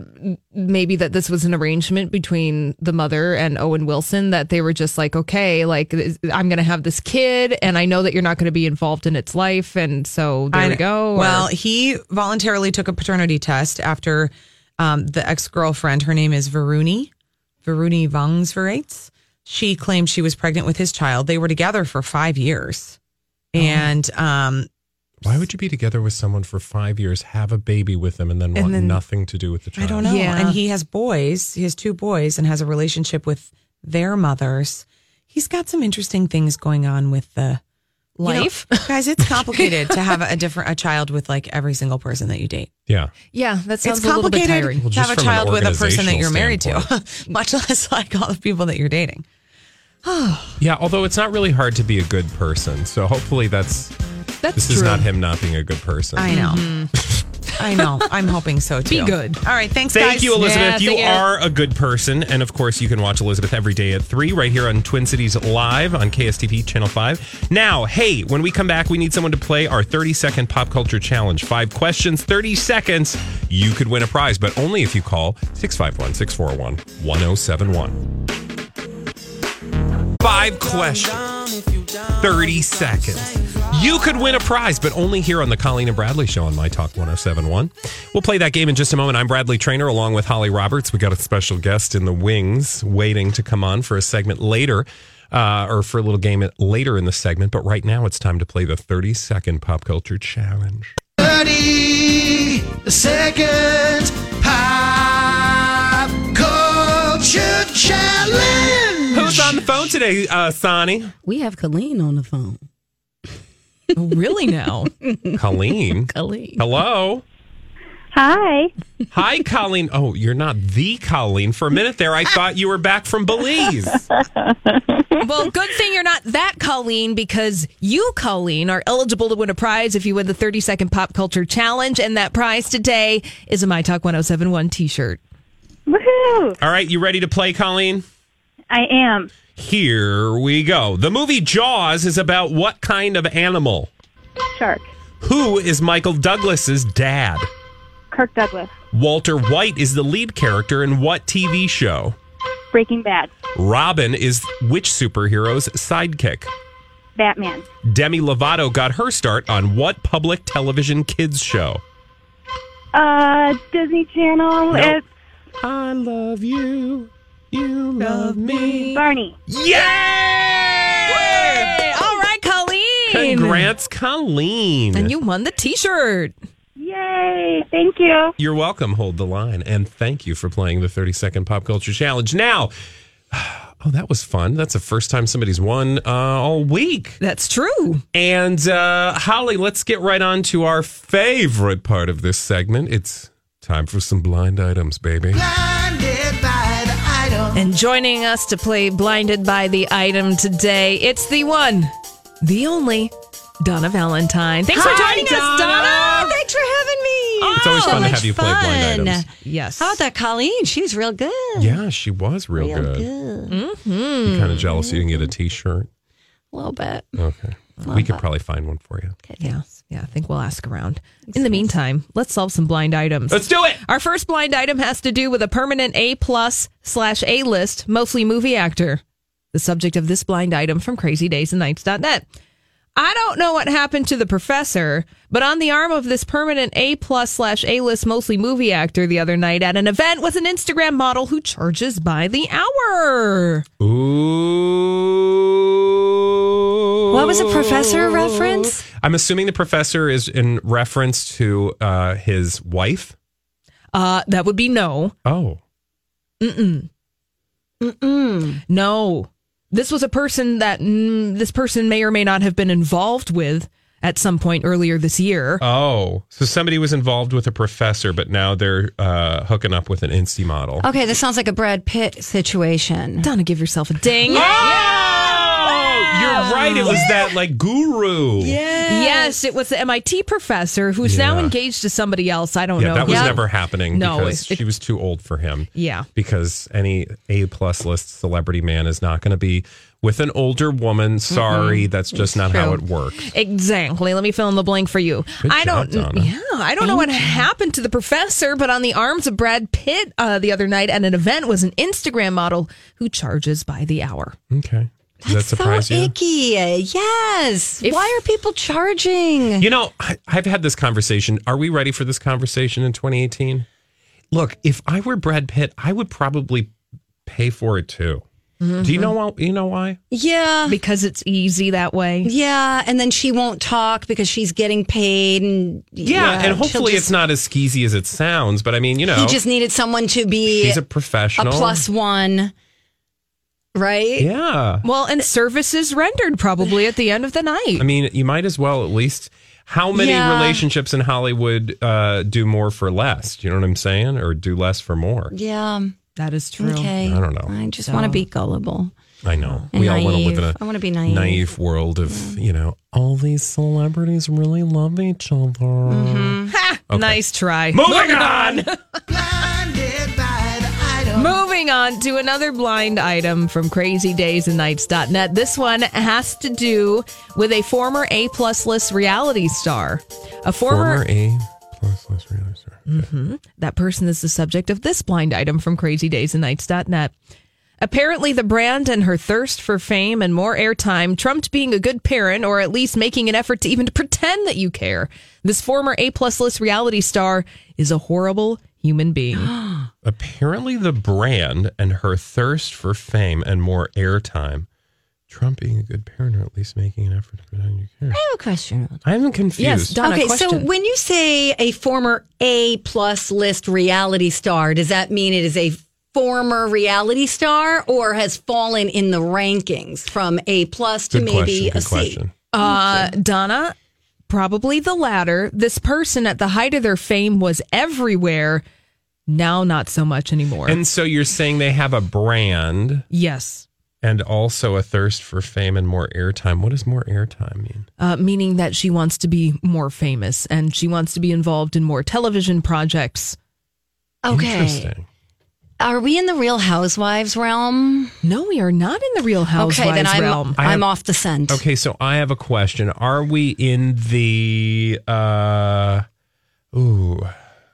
Speaker 7: maybe that this was an arrangement between the mother and Owen Wilson that they were just like, okay, like I'm going to have this kid, and I know that you're not going to be involved in its life, and so there
Speaker 10: I-
Speaker 7: we go. or-
Speaker 10: Well, he voluntarily took a paternity test after um, the ex girlfriend. Her name is Varuni, Varuni Vangsverates. She claimed she was pregnant with his child. They were together for five years,
Speaker 7: Oh.
Speaker 10: and um,
Speaker 1: Why would you be together with someone for five years, have a baby with them, and then
Speaker 10: And
Speaker 1: want
Speaker 10: then-
Speaker 1: nothing to do with the child?
Speaker 10: I don't know.
Speaker 1: Yeah.
Speaker 10: And he has boys. He has two boys and has a relationship with their mothers. He's got some interesting things going on with the you know,
Speaker 7: Life?
Speaker 10: guys. It's complicated to have a different a child with like every single person that you date.
Speaker 1: Yeah.
Speaker 7: yeah, that sounds
Speaker 10: it's
Speaker 7: a little bit
Speaker 10: complicated
Speaker 7: tiring.
Speaker 10: to have a
Speaker 1: just from an
Speaker 10: child with a person that you're married to,
Speaker 1: organizational
Speaker 7: (laughs)
Speaker 10: much less like all the people that you're dating.
Speaker 1: Yeah, although it's not really hard to be a good person. So hopefully that's
Speaker 7: That's
Speaker 1: this is
Speaker 10: true.
Speaker 1: not him not being a good person.
Speaker 10: I know.
Speaker 7: Mm-hmm.
Speaker 1: (laughs)
Speaker 10: I know. I'm hoping so too.
Speaker 7: good.
Speaker 10: All right. Thanks,
Speaker 1: Thank
Speaker 10: guys.
Speaker 1: you, Elizabeth. you
Speaker 10: thank
Speaker 1: are a good person. And of course, you can watch Elizabeth every day at 3 right here on Twin Cities Live on KSTP Channel 5. Now, hey, when we come back, we need someone to play our 30 second pop culture challenge. Five questions, 30 seconds. You could win a prize, but only if you call 651 641 1071. Five questions, 30 seconds. You could win a prize, but only here on the Colleen and Bradley Show on My Talk 1071. We'll play that game in just a moment. I'm Bradley Trainer along with Holly Roberts. We got a special guest in the wings waiting to come on for a segment later. Uh, or for a little game later in the segment, but right now it's time to play the 30 second pop culture challenge.
Speaker 2: 30 seconds pop culture challenge.
Speaker 1: Who's on the phone today, uh, Sonny?
Speaker 8: We have Colleen on the phone.
Speaker 7: really (laughs) now?
Speaker 1: Colleen.
Speaker 8: Colleen.
Speaker 1: Hello.
Speaker 13: Hi.
Speaker 1: Hi, Colleen. Oh, you're not the Colleen. For a minute there, I thought you were back from Belize.
Speaker 7: well, good thing you're not that Colleen because you, Colleen, are eligible to win a prize if you win the 30 second pop culture challenge. And that prize today is a My Talk 1071 t shirt.
Speaker 13: Woohoo!
Speaker 1: All right, you ready to play, Colleen?
Speaker 13: I am.
Speaker 1: Here we go. The movie Jaws is about what kind of animal?
Speaker 13: Shark.
Speaker 1: Who is Michael Douglas's dad?
Speaker 13: Kirk Douglas.
Speaker 1: Walter White is the lead character in what TV show?
Speaker 13: Breaking Bad.
Speaker 1: Robin is which superhero's sidekick?
Speaker 13: Batman.
Speaker 1: Demi Lovato got her start on what public television kids show?
Speaker 13: Uh, Disney Channel.
Speaker 1: Nope.
Speaker 13: Oh, It's
Speaker 1: I love you. You love me.
Speaker 13: Barney.
Speaker 1: Yeah!
Speaker 7: Hey, all right, Colleen.
Speaker 1: Congrats, Colleen.
Speaker 7: And you won the t shirt.
Speaker 13: Yay! Thank you.
Speaker 1: You're welcome. Hold the line. And thank you for playing the 30 second pop culture challenge. Now, (sighs) oh, that was fun. That's the first time somebody's won uh, all week.
Speaker 7: That's true.
Speaker 1: And uh, Holly, let's get right on to our favorite part of this segment. It's time for some blind items, baby.
Speaker 2: Blinded by the idol.
Speaker 7: And joining us to play Blinded by the Item today, it's the one, the only, Donna Valentine. Thanks for
Speaker 14: Hi,
Speaker 7: joining
Speaker 14: Donna.
Speaker 7: us, Donna. Thanks for having me.
Speaker 1: It's always fun to have you play blind items.
Speaker 7: Yes.
Speaker 14: How about that, Colleen? She was real good.
Speaker 1: Yeah, she was real, good.
Speaker 14: Mm-hmm.
Speaker 1: You're kind of jealous. You didn't get a t shirt.
Speaker 14: A little bit.
Speaker 1: Okay. we could probably find one for you.
Speaker 7: Yeah. Yeah, I think we'll ask around. In the meantime, let's solve some blind items.
Speaker 1: Let's do it.
Speaker 7: Our first blind item has to do with a permanent A plus slash A list, mostly movie actor. The subject of this blind item from crazydaysandnights.net. I don't know what happened to the professor, but on the arm of this permanent A plus slash A list, mostly movie actor the other night at an event was an Instagram model who charges by the hour.
Speaker 1: Ooh.
Speaker 14: What was a professor reference?
Speaker 1: I'm assuming the professor is in reference to uh, his wife.
Speaker 7: Uh, that would be no.
Speaker 1: Oh,
Speaker 7: Mm-mm. Mm-mm. No. This was a person that mm, this person may or may not have been involved with at some point earlier this year.
Speaker 1: oh. So somebody was involved with a professor, but now they're uh, hooking up with an Insta model.
Speaker 14: Okay, this sounds like a Brad Pitt situation.
Speaker 7: Donna, give yourself a ding.
Speaker 1: Oh, right. It was that like guru.
Speaker 7: Yes, it was the MIT professor who's now
Speaker 1: Yeah.
Speaker 7: engaged to somebody else. I don't
Speaker 1: yeah,
Speaker 7: know.
Speaker 1: that was
Speaker 7: Yeah.
Speaker 1: never happening
Speaker 7: No,
Speaker 1: because
Speaker 7: it-
Speaker 1: she was too old for him.
Speaker 7: Yeah.
Speaker 1: Because any A plus list celebrity man is not going to be with an older woman. Sorry, that's just not how it
Speaker 7: true.
Speaker 1: works.
Speaker 7: Exactly. Let me fill in the blank for you.
Speaker 1: Good
Speaker 7: I
Speaker 1: job,
Speaker 7: don't.
Speaker 1: Donna.
Speaker 7: Yeah, I don't know what happened to the professor, but on the arms of Brad Pitt uh, the other night at an event was an Instagram model who charges by the hour.
Speaker 1: Okay. Does that surprise
Speaker 7: so
Speaker 1: you?
Speaker 14: Icky. uh, Yes. Why are people charging?
Speaker 1: You know, I, I've had this conversation. Are we ready for this conversation in 2018? Look, if I were Brad Pitt, I would probably pay for it too. Do you know
Speaker 14: Mm-hmm.
Speaker 1: why? You know why?
Speaker 14: Yeah.
Speaker 7: Because it's easy that way.
Speaker 14: Yeah. And then she won't talk because she's getting paid. And
Speaker 1: Yeah, and
Speaker 14: she'll
Speaker 1: hopefully
Speaker 14: just-
Speaker 1: it's not as skeezy as it sounds. But I mean, you know,
Speaker 14: He just needed someone to be
Speaker 1: he's a
Speaker 14: a
Speaker 1: professional.
Speaker 14: plus one, right?
Speaker 1: Yeah.
Speaker 7: Well, and services rendered probably at the end of the night.
Speaker 1: I mean, you might as well at least. How many
Speaker 14: Yeah.
Speaker 1: relationships in Hollywood uh, do more for less? Do you know what I'm saying? Or do less for more?
Speaker 14: Yeah.
Speaker 7: That is true.
Speaker 14: Okay.
Speaker 1: I don't know.
Speaker 14: I just want to be gullible.
Speaker 1: I know.
Speaker 14: And
Speaker 1: we all want to live
Speaker 14: naive.
Speaker 1: in a
Speaker 14: I wanna be naive.
Speaker 1: world of, you know, all these celebrities really love each other.
Speaker 14: Mm-hmm.
Speaker 7: Ha!
Speaker 1: Okay.
Speaker 7: Nice try.
Speaker 1: Moving
Speaker 7: (laughs)
Speaker 1: on!
Speaker 7: Moving on to another blind item from crazydaysandnights.net. This one has to do with a former A plus list reality star. A former,
Speaker 1: Former A plus less reality star.
Speaker 7: Mhm. that person is the subject of this blind item from crazydaysandnights.net. Apparently, the brand and her thirst for fame and more airtime trumped being a good parent or at least making an effort to even pretend that you care. This former A plus list reality star is a horrible
Speaker 1: (gasps)
Speaker 7: human being. (gasps)
Speaker 1: Apparently, the brand and her thirst for fame and more airtime. Trump being a good parent, or at least making an effort to pretend you care.
Speaker 14: I have a question.
Speaker 1: I'm confused.
Speaker 14: okay, so when you say a former A plus list reality star, does that mean it is a former reality star or has fallen in the rankings from A plus to
Speaker 1: Good
Speaker 14: maybe
Speaker 1: question,
Speaker 14: a
Speaker 1: good
Speaker 14: C?
Speaker 1: question.
Speaker 7: Uh, Donna, probably the latter. This person at the height of their fame was everywhere. Now, not so much anymore.
Speaker 1: And so you're saying they have a brand
Speaker 7: yes.
Speaker 1: and also a thirst for fame and more airtime. What does more airtime mean?
Speaker 7: Uh, meaning that she wants to be more famous and she wants to be involved in more television projects.
Speaker 14: Okay.
Speaker 1: Interesting.
Speaker 14: Are we in the Real Housewives realm?
Speaker 7: No, we are not in the Real Housewives
Speaker 14: okay, then I'm,
Speaker 7: realm.
Speaker 1: I have-
Speaker 14: I'm off the scent.
Speaker 1: Okay, so I have a question. Are we in the uh ooh. ooh.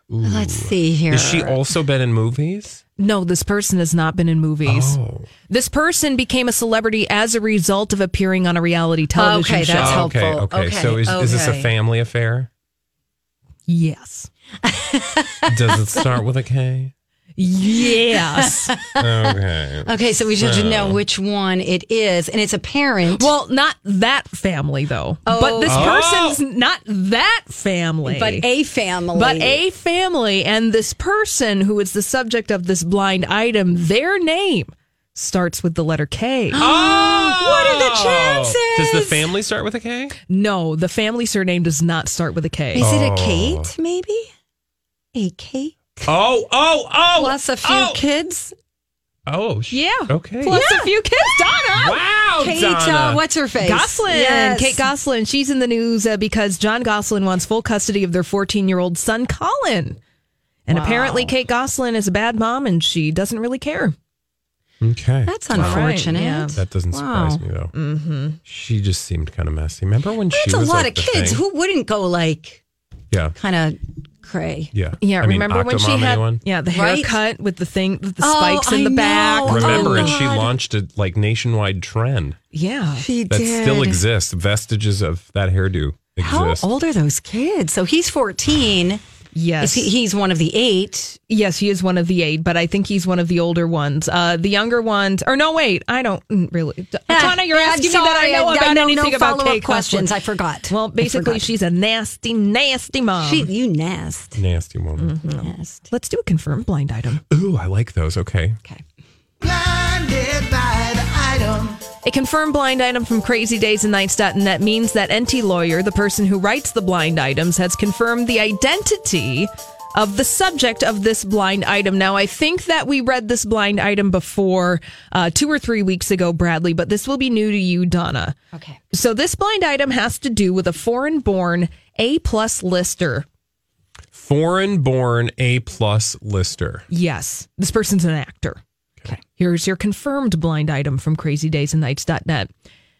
Speaker 14: Let's see here.
Speaker 1: Has she also been in movies?
Speaker 7: No, this person has not been in movies.
Speaker 1: Oh.
Speaker 7: This person became a celebrity as a result of appearing on a reality television
Speaker 14: Okay,
Speaker 7: show.
Speaker 14: that's
Speaker 1: Oh,
Speaker 14: helpful.
Speaker 1: Okay, okay. So is, is this a
Speaker 14: okay.
Speaker 1: family affair?
Speaker 7: Yes.
Speaker 1: Does it start with a K?
Speaker 14: (laughs)
Speaker 7: Yes.
Speaker 1: Okay.
Speaker 14: Okay, so we should know which one it is, and it's a parent.
Speaker 7: Well, not that family though.
Speaker 14: Oh.
Speaker 7: But this
Speaker 1: Oh.
Speaker 7: person's not that family.
Speaker 14: but a family.
Speaker 7: But a family and this person who is the subject of this blind item, their name starts with the letter K.
Speaker 1: What
Speaker 14: are the chances?
Speaker 1: Oh! Does the family start with a K?
Speaker 7: No, the family surname does not start with a K.
Speaker 14: Is it a
Speaker 1: Oh.
Speaker 14: Kate? Maybe a Kate
Speaker 1: Oh, oh, oh.
Speaker 14: plus a few
Speaker 1: oh.
Speaker 14: kids.
Speaker 1: Oh, sh-
Speaker 7: Yeah.
Speaker 1: Okay.
Speaker 7: Plus a few kids. Donna.
Speaker 1: Wow,
Speaker 14: Kate,
Speaker 1: Donna.
Speaker 14: uh, what's her face?
Speaker 7: Goslin,
Speaker 14: Yes.
Speaker 7: Kate Goslin, she's in the news uh, because John Goslin wants full custody of their 14 year old son, Colin. And apparently, Kate Goslin is a bad mom and she doesn't really care.
Speaker 1: Okay.
Speaker 14: That's unfortunate.
Speaker 7: yeah.
Speaker 1: That doesn't
Speaker 14: Wow.
Speaker 1: surprise me though. She just seemed kind of messy. Remember when she
Speaker 14: Mm-hmm. That's a
Speaker 1: was
Speaker 14: lot
Speaker 1: like,
Speaker 14: of
Speaker 1: the
Speaker 14: kids.
Speaker 1: thing?
Speaker 14: Who wouldn't go like
Speaker 1: Yeah,
Speaker 14: kind of cray?
Speaker 1: yeah,
Speaker 7: Yeah,
Speaker 1: I mean,
Speaker 7: remember when she
Speaker 1: Octomom,
Speaker 7: had
Speaker 1: anyone?
Speaker 7: yeah the
Speaker 14: Right?
Speaker 7: haircut with the thing with the
Speaker 14: Oh,
Speaker 7: spikes in
Speaker 14: I
Speaker 7: the back.
Speaker 14: know.
Speaker 1: Remember,
Speaker 14: Oh,
Speaker 1: and she
Speaker 14: God.
Speaker 1: launched a like nationwide trend
Speaker 7: Yeah,
Speaker 14: She
Speaker 1: that
Speaker 14: did.
Speaker 1: still exists. Vestiges of that hairdo
Speaker 14: How
Speaker 1: exist.
Speaker 14: old are those kids? So he's fourteen.
Speaker 7: yes,
Speaker 14: Is he, he's one of the eight.
Speaker 7: yes, he is one of the eight, but I think he's one of the older ones. Uh, the younger ones, or no, wait, I don't mm, really. D-
Speaker 14: Ah,
Speaker 7: Donna, you're
Speaker 14: I'm
Speaker 7: asking me that I
Speaker 14: sorry,
Speaker 7: know
Speaker 14: I- I
Speaker 7: about
Speaker 14: don't
Speaker 7: anything
Speaker 14: know
Speaker 7: about
Speaker 14: follow-up
Speaker 7: Kate
Speaker 14: questions.
Speaker 7: Gosselin.
Speaker 14: I forgot.
Speaker 7: Well,
Speaker 14: I
Speaker 7: basically,
Speaker 14: forgot.
Speaker 7: she's a nasty, nasty mom.
Speaker 14: She, you nast.
Speaker 1: Nasty woman.
Speaker 14: Mm-hmm. Nast.
Speaker 7: Let's do a confirmed blind item.
Speaker 1: Ooh, I like those. Okay.
Speaker 7: A confirmed blind item from crazydaysandnights.net means that NT Lawyer, the person who writes the blind items, has confirmed the identity of the subject of this blind item. Now, I think that we read this blind item before uh, two or three weeks ago, Bradley, but this will be new to you, Donna.
Speaker 14: Okay.
Speaker 7: So, this blind item has to do with a foreign born A plus lister.
Speaker 1: Foreign born A plus lister.
Speaker 7: Yes, this person's an actor. Okay. Here's your confirmed blind item from crazydaysandnights.net.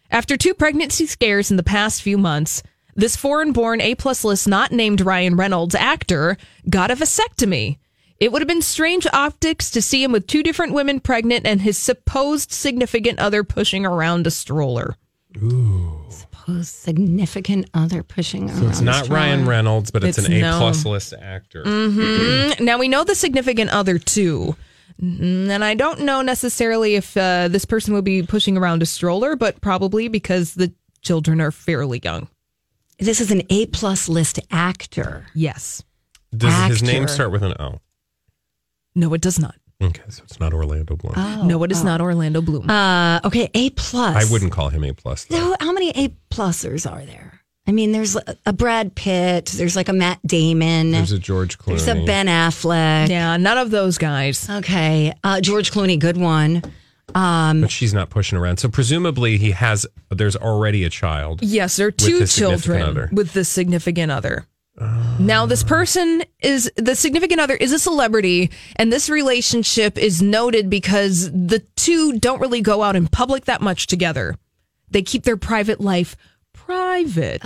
Speaker 7: After two pregnancy scares in the past few months, this foreign born A plus list, not named Ryan Reynolds actor, got a vasectomy. It would have been strange optics to see him with two different women pregnant and his supposed significant other pushing around a stroller.
Speaker 1: Ooh.
Speaker 14: Supposed significant other pushing around.
Speaker 1: So it's not
Speaker 14: stroller.
Speaker 1: Ryan Reynolds, but it's,
Speaker 7: It's
Speaker 1: an A
Speaker 7: no.
Speaker 1: plus list actor.
Speaker 14: Mm.
Speaker 7: Mm-hmm. now we know the significant other too. Mm, And I don't know necessarily if uh, this person will be pushing around a stroller, but probably because the children are fairly young.
Speaker 14: This is an A plus list actor.
Speaker 7: Yes.
Speaker 1: Does his name
Speaker 14: Actor.
Speaker 1: start with an O?
Speaker 7: No, it does not.
Speaker 1: Okay, so it's not Orlando Bloom.
Speaker 14: Ah,
Speaker 7: no, it is not Orlando Bloom.
Speaker 14: Uh, okay, A plus.
Speaker 1: I wouldn't call him A plus. though.
Speaker 14: So how many A plusers are there? I mean, there's a Brad Pitt. There's like a Matt Damon.
Speaker 1: There's a George Clooney.
Speaker 14: There's a Ben Affleck.
Speaker 7: Yeah, none of those guys.
Speaker 14: Okay, uh, George Clooney, good one. Um,
Speaker 1: but she's not pushing around. So presumably he has. There's already a child.
Speaker 7: Yes, there are
Speaker 1: with the
Speaker 7: two
Speaker 1: significant
Speaker 7: children
Speaker 1: other.
Speaker 7: with the significant other. Now, this person is the significant other is a celebrity, and this relationship is noted because the two don't really go out in public that much together. They keep their private life private.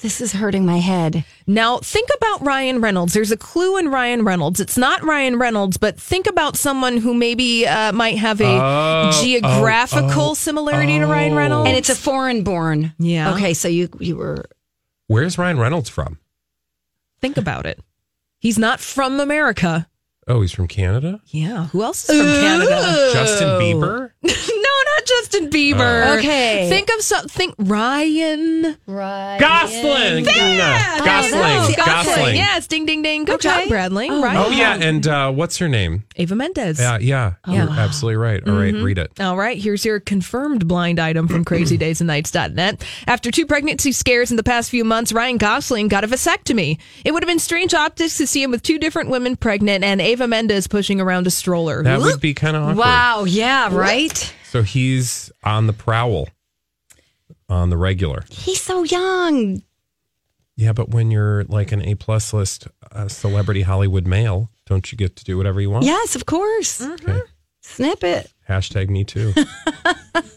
Speaker 14: this is hurting my head.
Speaker 7: Now, think about Ryan Reynolds. There's a clue in Ryan Reynolds. It's not Ryan Reynolds, but think about someone who maybe uh, might have a
Speaker 14: Oh, oh,
Speaker 7: geographical
Speaker 14: oh,
Speaker 7: similarity to Ryan Reynolds.
Speaker 14: And it's a foreign born.
Speaker 7: Yeah.
Speaker 14: Okay, so you you were
Speaker 1: Where's Ryan Reynolds from?
Speaker 7: Think about it. He's not from America.
Speaker 1: Oh, he's from Canada.
Speaker 7: Yeah. Who else is from
Speaker 14: Oh.
Speaker 7: Canada? (laughs)
Speaker 1: Justin Bieber.
Speaker 7: no, not Justin Bieber.
Speaker 1: Oh.
Speaker 14: Okay.
Speaker 7: Think of some. Think Ryan.
Speaker 14: Ryan.
Speaker 1: Gosling.
Speaker 7: Yeah.
Speaker 1: Gosling. Gosling. Gosling.
Speaker 7: Yes. Ding, ding, ding. Good job, Bradley. Ryan.
Speaker 1: Oh yeah, and uh, what's her name?
Speaker 7: Ava Mendez.
Speaker 1: Yeah, yeah.
Speaker 14: Oh,
Speaker 1: You're
Speaker 7: wow.
Speaker 1: absolutely right. All
Speaker 14: Mm-hmm.
Speaker 1: right, read it.
Speaker 7: All right, here's your confirmed blind item
Speaker 1: (clears throat)
Speaker 7: from crazydaysandnights.net. After two pregnancy scares in the past few months, Ryan Gosling got a vasectomy. It would have been strange optics to see him with two different women pregnant and Ava Mendez pushing around a stroller.
Speaker 1: That would be kind of awkward.
Speaker 14: Wow, yeah, right?
Speaker 1: So he's on the prowl, on the regular.
Speaker 14: He's so young.
Speaker 1: Yeah, but when you're like an A plus list uh, celebrity Hollywood male, don't you get to do whatever you want?
Speaker 14: Yes, of course.
Speaker 7: Mm.
Speaker 14: Snip it.
Speaker 1: Hashtag me too. (laughs)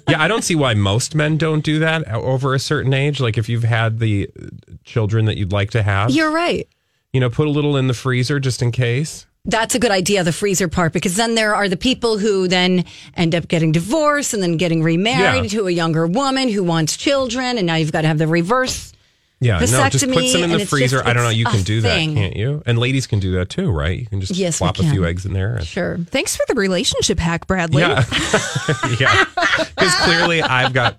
Speaker 1: yeah, I don't see why most men don't do that o- over a certain age. Like if you've had the uh, children that you'd like to have,
Speaker 14: You're right.
Speaker 1: you know, put a little in the freezer just in case.
Speaker 14: That's a good idea, the freezer part, because then there are the people who then end up getting divorced and then getting remarried
Speaker 1: Yeah.
Speaker 14: to a younger woman who wants children, and now you've got to have the reverse.
Speaker 1: Yeah, no, just put
Speaker 14: Vasectomy,
Speaker 1: some in
Speaker 14: and
Speaker 1: the
Speaker 14: it's
Speaker 1: freezer.
Speaker 14: just-
Speaker 1: I don't know.
Speaker 14: it's
Speaker 1: You
Speaker 14: a
Speaker 1: can do
Speaker 14: thing.
Speaker 1: that, can't you? And ladies can do that too, right? You can just
Speaker 14: Yes, we
Speaker 1: plop a few
Speaker 14: can.
Speaker 1: eggs in there. and-
Speaker 14: Sure.
Speaker 7: Thanks for the relationship hack, Bradley.
Speaker 1: Yeah. (laughs) yeah. Because clearly I've got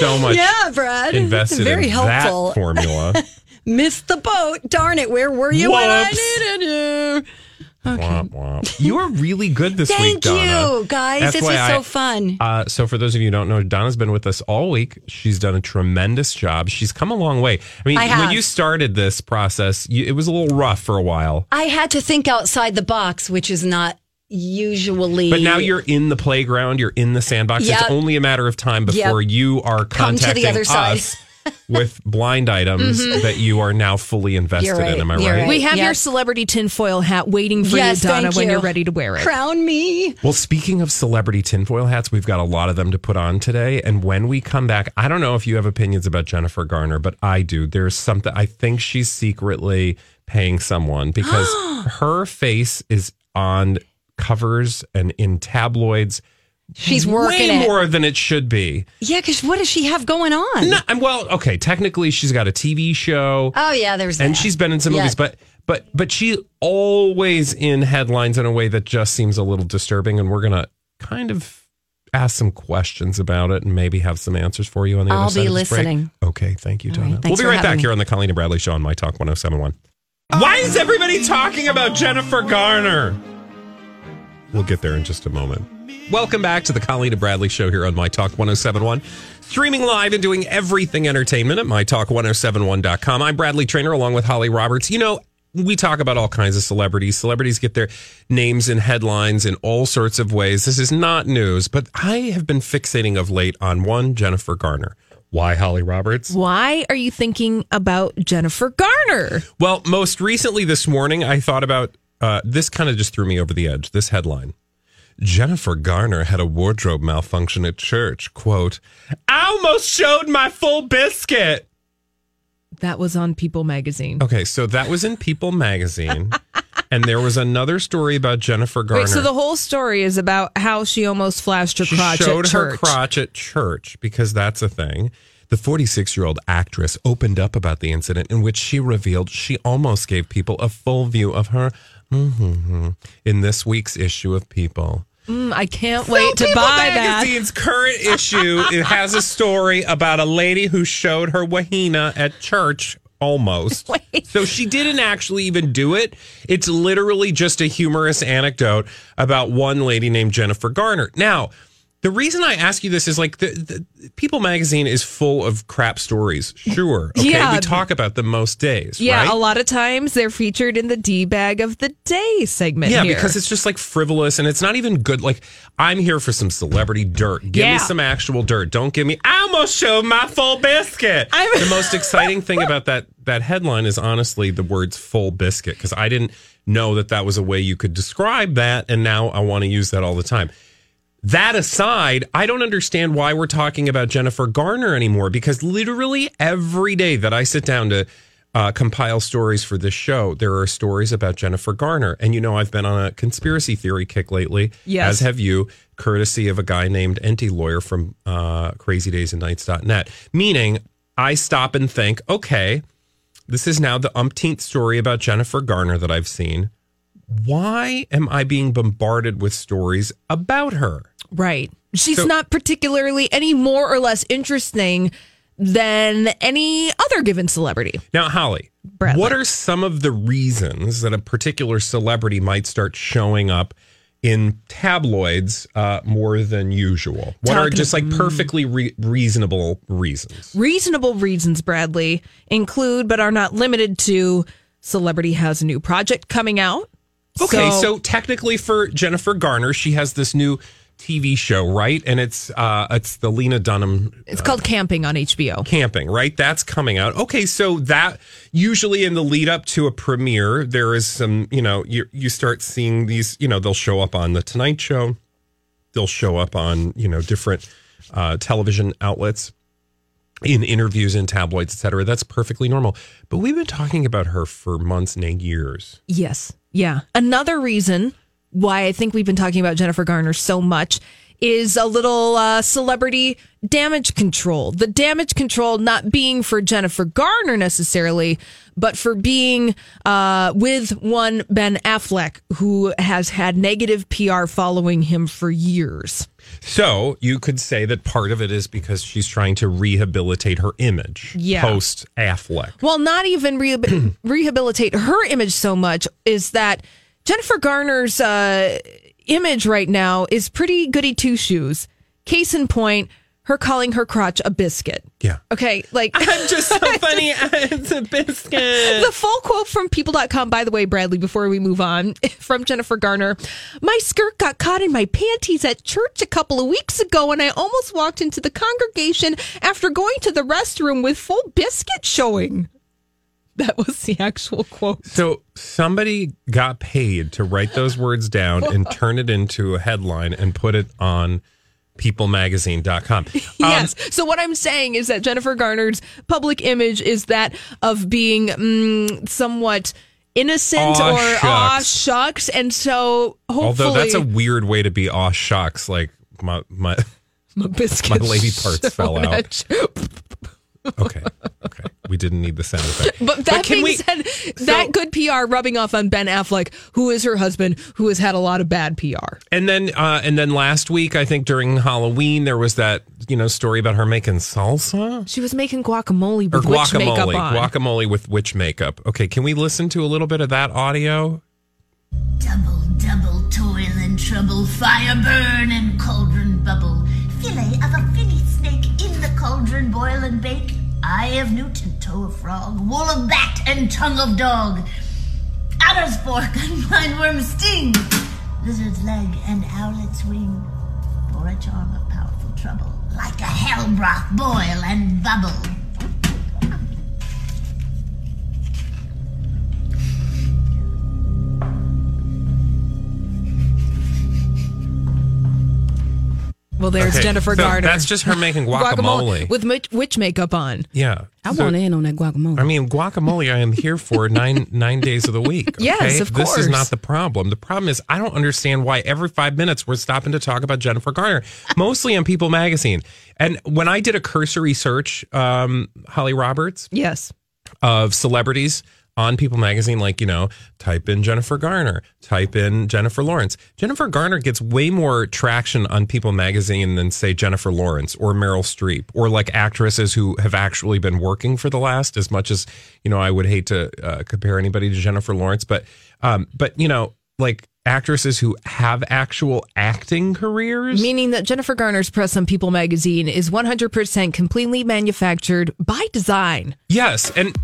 Speaker 1: so much
Speaker 14: Yeah, Brad.
Speaker 1: invested
Speaker 14: Very
Speaker 1: in
Speaker 14: helpful.
Speaker 1: that formula.
Speaker 14: Missed the boat. Darn it. Where were you when I needed you?
Speaker 1: Womp,
Speaker 14: (laughs)
Speaker 1: womp. You are really good this week,
Speaker 14: Thank
Speaker 1: Donna.
Speaker 14: you, guys.
Speaker 1: That's
Speaker 14: this
Speaker 1: why
Speaker 14: was so
Speaker 1: I-
Speaker 14: fun.
Speaker 1: Uh, so, for those of you who don't know, Donna's been with us all week. She's done a tremendous job. She's come a long way. I mean,
Speaker 14: I
Speaker 1: when
Speaker 14: have.
Speaker 1: you started this process, you, it was a little rough for a while,
Speaker 14: I had to think outside the box, which is not usually.
Speaker 1: but now you're in the playground. You're in the sandbox.
Speaker 14: Yeah.
Speaker 1: It's only a matter of time before you are
Speaker 14: Come to
Speaker 1: contacting
Speaker 14: the other side. (laughs) Mm-hmm.
Speaker 1: us with blind items
Speaker 7: Mhm.
Speaker 1: that you are now fully invested
Speaker 14: You're right.
Speaker 1: in. Am I
Speaker 14: You're
Speaker 1: right?
Speaker 14: right.
Speaker 7: We have
Speaker 14: Yes.
Speaker 7: your celebrity tinfoil hat waiting for
Speaker 14: Yes,
Speaker 7: you, Donna,
Speaker 14: thank
Speaker 7: when
Speaker 14: you.
Speaker 7: you're ready to wear it.
Speaker 14: Crown me.
Speaker 1: Well, speaking of celebrity tinfoil hats, we've got a lot of them to put on today. And when we come back, I don't know if you have opinions about Jennifer Garner, but I do. There's something, I think she's secretly paying
Speaker 14: (gasps)
Speaker 1: someone because her face is on covers and in tabloids.
Speaker 14: She's working
Speaker 1: way
Speaker 14: it.
Speaker 1: more than it should be.
Speaker 14: Yeah, because what does she have going on?
Speaker 1: No, and well, okay, technically she's got a TV show.
Speaker 14: Oh, yeah, there's
Speaker 1: and
Speaker 14: that.
Speaker 1: she's been in some movies,
Speaker 14: Yeah.
Speaker 1: but but but she's always in headlines in a way that just seems a little disturbing. And we're gonna kind of ask some questions about it and maybe have some answers for you on the
Speaker 14: I'll
Speaker 1: other side.
Speaker 14: be
Speaker 1: of this break.
Speaker 14: listening.
Speaker 1: Okay, thank you,
Speaker 14: right,
Speaker 1: Donna. we'll
Speaker 14: thanks
Speaker 1: be
Speaker 14: for
Speaker 1: right
Speaker 14: having
Speaker 1: back
Speaker 14: me.
Speaker 1: here on the Colleen and Bradley Show on My Talk 1071. Why is everybody talking about Jennifer Garner? We'll get there in just a moment. Welcome back to the Colleen and Bradley Show here on My Talk 1071. Streaming live and oh doing everything entertainment at MyTalk1071.com. I'm Bradley Trainer along with Holly Roberts. You know, we talk about all kinds of celebrities. Celebrities get their names in headlines in all sorts of ways. This is not news, but I have been fixating of late on one Jennifer Garner. Why Holly Roberts?
Speaker 7: Why are you thinking about Jennifer Garner?
Speaker 1: Well, most recently this morning, I thought about uh, this kind of just threw me over the edge. This headline Jennifer Garner had a wardrobe malfunction at church. Quote, I almost showed my full biscuit.
Speaker 7: That was on People magazine.
Speaker 1: Okay, so that was in People
Speaker 7: (laughs)
Speaker 1: magazine. and there was another story about Jennifer Garner.
Speaker 7: Wait, so the whole story is about how she almost flashed her
Speaker 1: she
Speaker 7: crotch
Speaker 1: showed
Speaker 7: at
Speaker 1: her
Speaker 7: church.
Speaker 1: crotch at church because that's a thing. The 46 year old actress opened up about the incident in which she revealed she almost gave people a full view of her mhm, in this week's issue of People.
Speaker 7: Mm, I can't
Speaker 1: So
Speaker 7: wait to
Speaker 1: People
Speaker 7: buy that.
Speaker 1: magazine's current issue it has a story about a lady who showed her wahina at church
Speaker 7: (laughs)
Speaker 1: almost. So she didn't actually even do it. It's literally just a humorous anecdote about one lady named Jennifer Garner. Now, the reason I ask you this is like the, the People magazine is full of crap stories. Sure. Okay.
Speaker 7: Yeah.
Speaker 1: We talk about them most days.
Speaker 7: Yeah,
Speaker 1: right?
Speaker 7: a lot of times they're featured in the D bag of the day segment.
Speaker 1: Yeah,
Speaker 7: here.
Speaker 1: because it's just like frivolous and it's not even good. Like, I'm here for some celebrity dirt. Give
Speaker 7: Yeah.
Speaker 1: me some actual dirt. Don't give me, I almost showed my full biscuit.
Speaker 7: (laughs)
Speaker 1: the most exciting thing about that, that headline is honestly the words full biscuit because I didn't know that that was a way you could describe that. And now I want to use that all the time. That aside, I don't understand why we're talking about Jennifer Garner anymore because literally every day that I sit down to uh, compile stories for this show, there are stories about Jennifer Garner. And you know, I've been on a conspiracy theory kick lately,
Speaker 15: Yes.
Speaker 1: as have you, courtesy of a guy named Enty Lawyer from uh, crazydaysandnights.net. Meaning, I stop and think, okay, this is now the umpteenth story about Jennifer Garner that I've seen. Why am I being bombarded with stories about her?
Speaker 7: Right. She's
Speaker 1: So-
Speaker 7: not particularly any more or less interesting than any other given celebrity.
Speaker 1: Now, Holly, what are some of the reasons that a particular celebrity might start showing up in tabloids uh, more than usual? What are
Speaker 7: Talking-
Speaker 1: just like perfectly re- reasonable reasons?
Speaker 7: Reasonable reasons, Bradley, include but are not limited to celebrity has a new project coming out.
Speaker 1: Okay, so, technically for Jennifer Garner, she has this new TV show, right? And it's uh, it's the Lena Dunham
Speaker 7: it's called Camping on HBO.
Speaker 1: camping, right? That's coming out. Okay, so that usually in the lead up to a premiere, there is some, you know, you you start seeing these, you know, they'll show up on the Tonight Show, they'll show up on, you know, different uh, television outlets in interviews in tabloids, et cetera. That's perfectly normal. But we've been talking about her for months and years.
Speaker 7: Yes. Yeah. Another reason why I think we've been talking about Jennifer Garner so much is a little uh, celebrity damage control. The damage control not being for Jennifer Garner necessarily, but for being uh, with one Ben Affleck who has had negative PR following him for years.
Speaker 1: So you could say that part of it is because she's trying to rehabilitate her image
Speaker 7: Yeah.
Speaker 1: post Affleck.
Speaker 7: Well, not even rehabi- rehabilitate her image so much is that Jennifer Garner's uh, image right now is pretty goody two shoes. Case in point, her calling her crotch a biscuit.
Speaker 1: Yeah.
Speaker 7: Okay, like
Speaker 1: (laughs) I'm just
Speaker 7: (laughs)
Speaker 1: so funny. (laughs) it's a biscuit.
Speaker 7: The full quote from people.com, by the way, Bradley, before we move on, (laughs) from Jennifer Garner My skirt got caught in my panties at church a couple of weeks ago, and I almost walked into the congregation after going to the restroom with full biscuit showing. (laughs) That was the actual quote.
Speaker 1: So somebody got paid to write those words down
Speaker 7: (laughs)
Speaker 1: and turn it into a headline and put it on peoplemagazine.com. Um,
Speaker 7: (laughs) Yes. so what I'm saying is that Jennifer Garner's public image is that of being mm, somewhat innocent
Speaker 1: Aw,
Speaker 7: or
Speaker 1: shucks.
Speaker 7: aw shucks, and so hopefully
Speaker 1: Um, although that's a weird way to be aw shucks like my my
Speaker 7: my biscuit
Speaker 1: my lady parts
Speaker 7: showed
Speaker 1: fell out.
Speaker 7: at church.
Speaker 1: Okay. Okay. We didn't need the sound effect.
Speaker 7: But that
Speaker 1: can
Speaker 7: being
Speaker 1: we-
Speaker 7: said, that good PR rubbing off on Ben Affleck, who is her husband, who has had a lot of bad PR.
Speaker 1: And then uh and then last week I think during Halloween there was that, you know, story about her making salsa
Speaker 7: She was making guacamole
Speaker 1: or
Speaker 7: with witch makeup
Speaker 1: guacamole.
Speaker 7: on.
Speaker 1: Guacamole with witch makeup. Okay, can we listen to a little bit of that audio?
Speaker 2: Double, double toil and trouble, fire burn and cauldron bubble. Fillet of a finny snake in the cauldron boil and bake. Eye of newt and toe of frog, wool of bat and tongue of dog. Adder's fork and (laughs) mindworm's sting. Lizard's leg and owlet's wing. For a charm of powerful trouble. Like a hell broth boil and bubble.
Speaker 7: Well, there's
Speaker 1: Okay,
Speaker 7: Jennifer
Speaker 1: so
Speaker 7: Garner.
Speaker 1: That's just her
Speaker 7: (laughs)
Speaker 1: making guacamole.
Speaker 7: with which, which makeup on?
Speaker 1: yeah.
Speaker 8: I
Speaker 1: So-
Speaker 8: want in on that guacamole.
Speaker 1: I mean, guacamole. I am here
Speaker 8: (laughs)
Speaker 1: for nine nine days of the week. Okay?
Speaker 8: Yes, of
Speaker 1: This
Speaker 8: course.
Speaker 1: is not the problem. The problem is I don't understand why every five minutes we're stopping to talk about
Speaker 8: (laughs)
Speaker 1: Jennifer Garner, mostly on People Magazine. And when I did a cursory search, um, Holly Roberts,
Speaker 7: yes,
Speaker 1: of celebrities on People Magazine, like you know, type in Jennifer Garner, type in Jennifer Lawrence. Jennifer Garner gets way more traction on People Magazine than say Jennifer Lawrence or Meryl Streep or like actresses who have actually been working for the last. As much as you know, I would hate to uh, compare anybody to Jennifer Lawrence, but um, but you know, like actresses who have actual acting careers.
Speaker 7: Meaning that Jennifer Garner's press on People magazine is 100% completely manufactured by design.
Speaker 1: Yes, and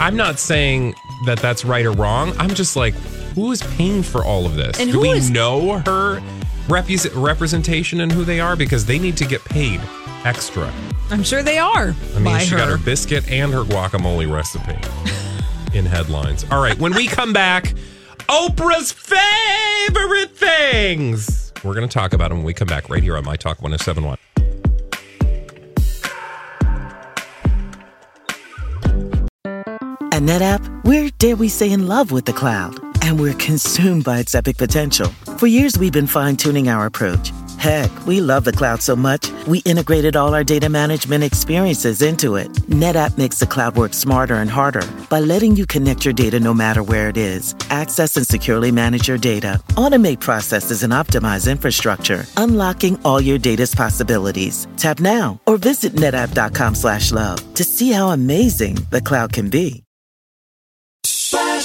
Speaker 1: I'm not saying that that's right or wrong. I'm just like, who is paying for all of this?
Speaker 7: And
Speaker 1: Do
Speaker 7: who
Speaker 1: we
Speaker 7: is-
Speaker 1: know her repus- representation and who they are because they need to get paid extra?
Speaker 7: I'm sure they are
Speaker 1: I mean,
Speaker 7: by
Speaker 1: she
Speaker 7: her.
Speaker 1: got her biscuit and her guacamole
Speaker 7: (laughs)
Speaker 1: recipe in headlines. All right, when we come back, Oprah's favorite things. We're going to talk about them when we come back right here on My Talk 1071.
Speaker 15: At NetApp, we're dare we say in love with the cloud, and we're consumed by its epic potential. For years, we've been fine tuning our approach. Heck, we love the cloud so much, we integrated all our data management experiences into it. NetApp makes the cloud work smarter and harder by letting you connect your data no matter where it is, access and securely manage your data, automate processes, and optimize infrastructure, unlocking all your data's possibilities. Tap now or visit netapp.com slash love to see how amazing the cloud can be.
Speaker 16: Splash,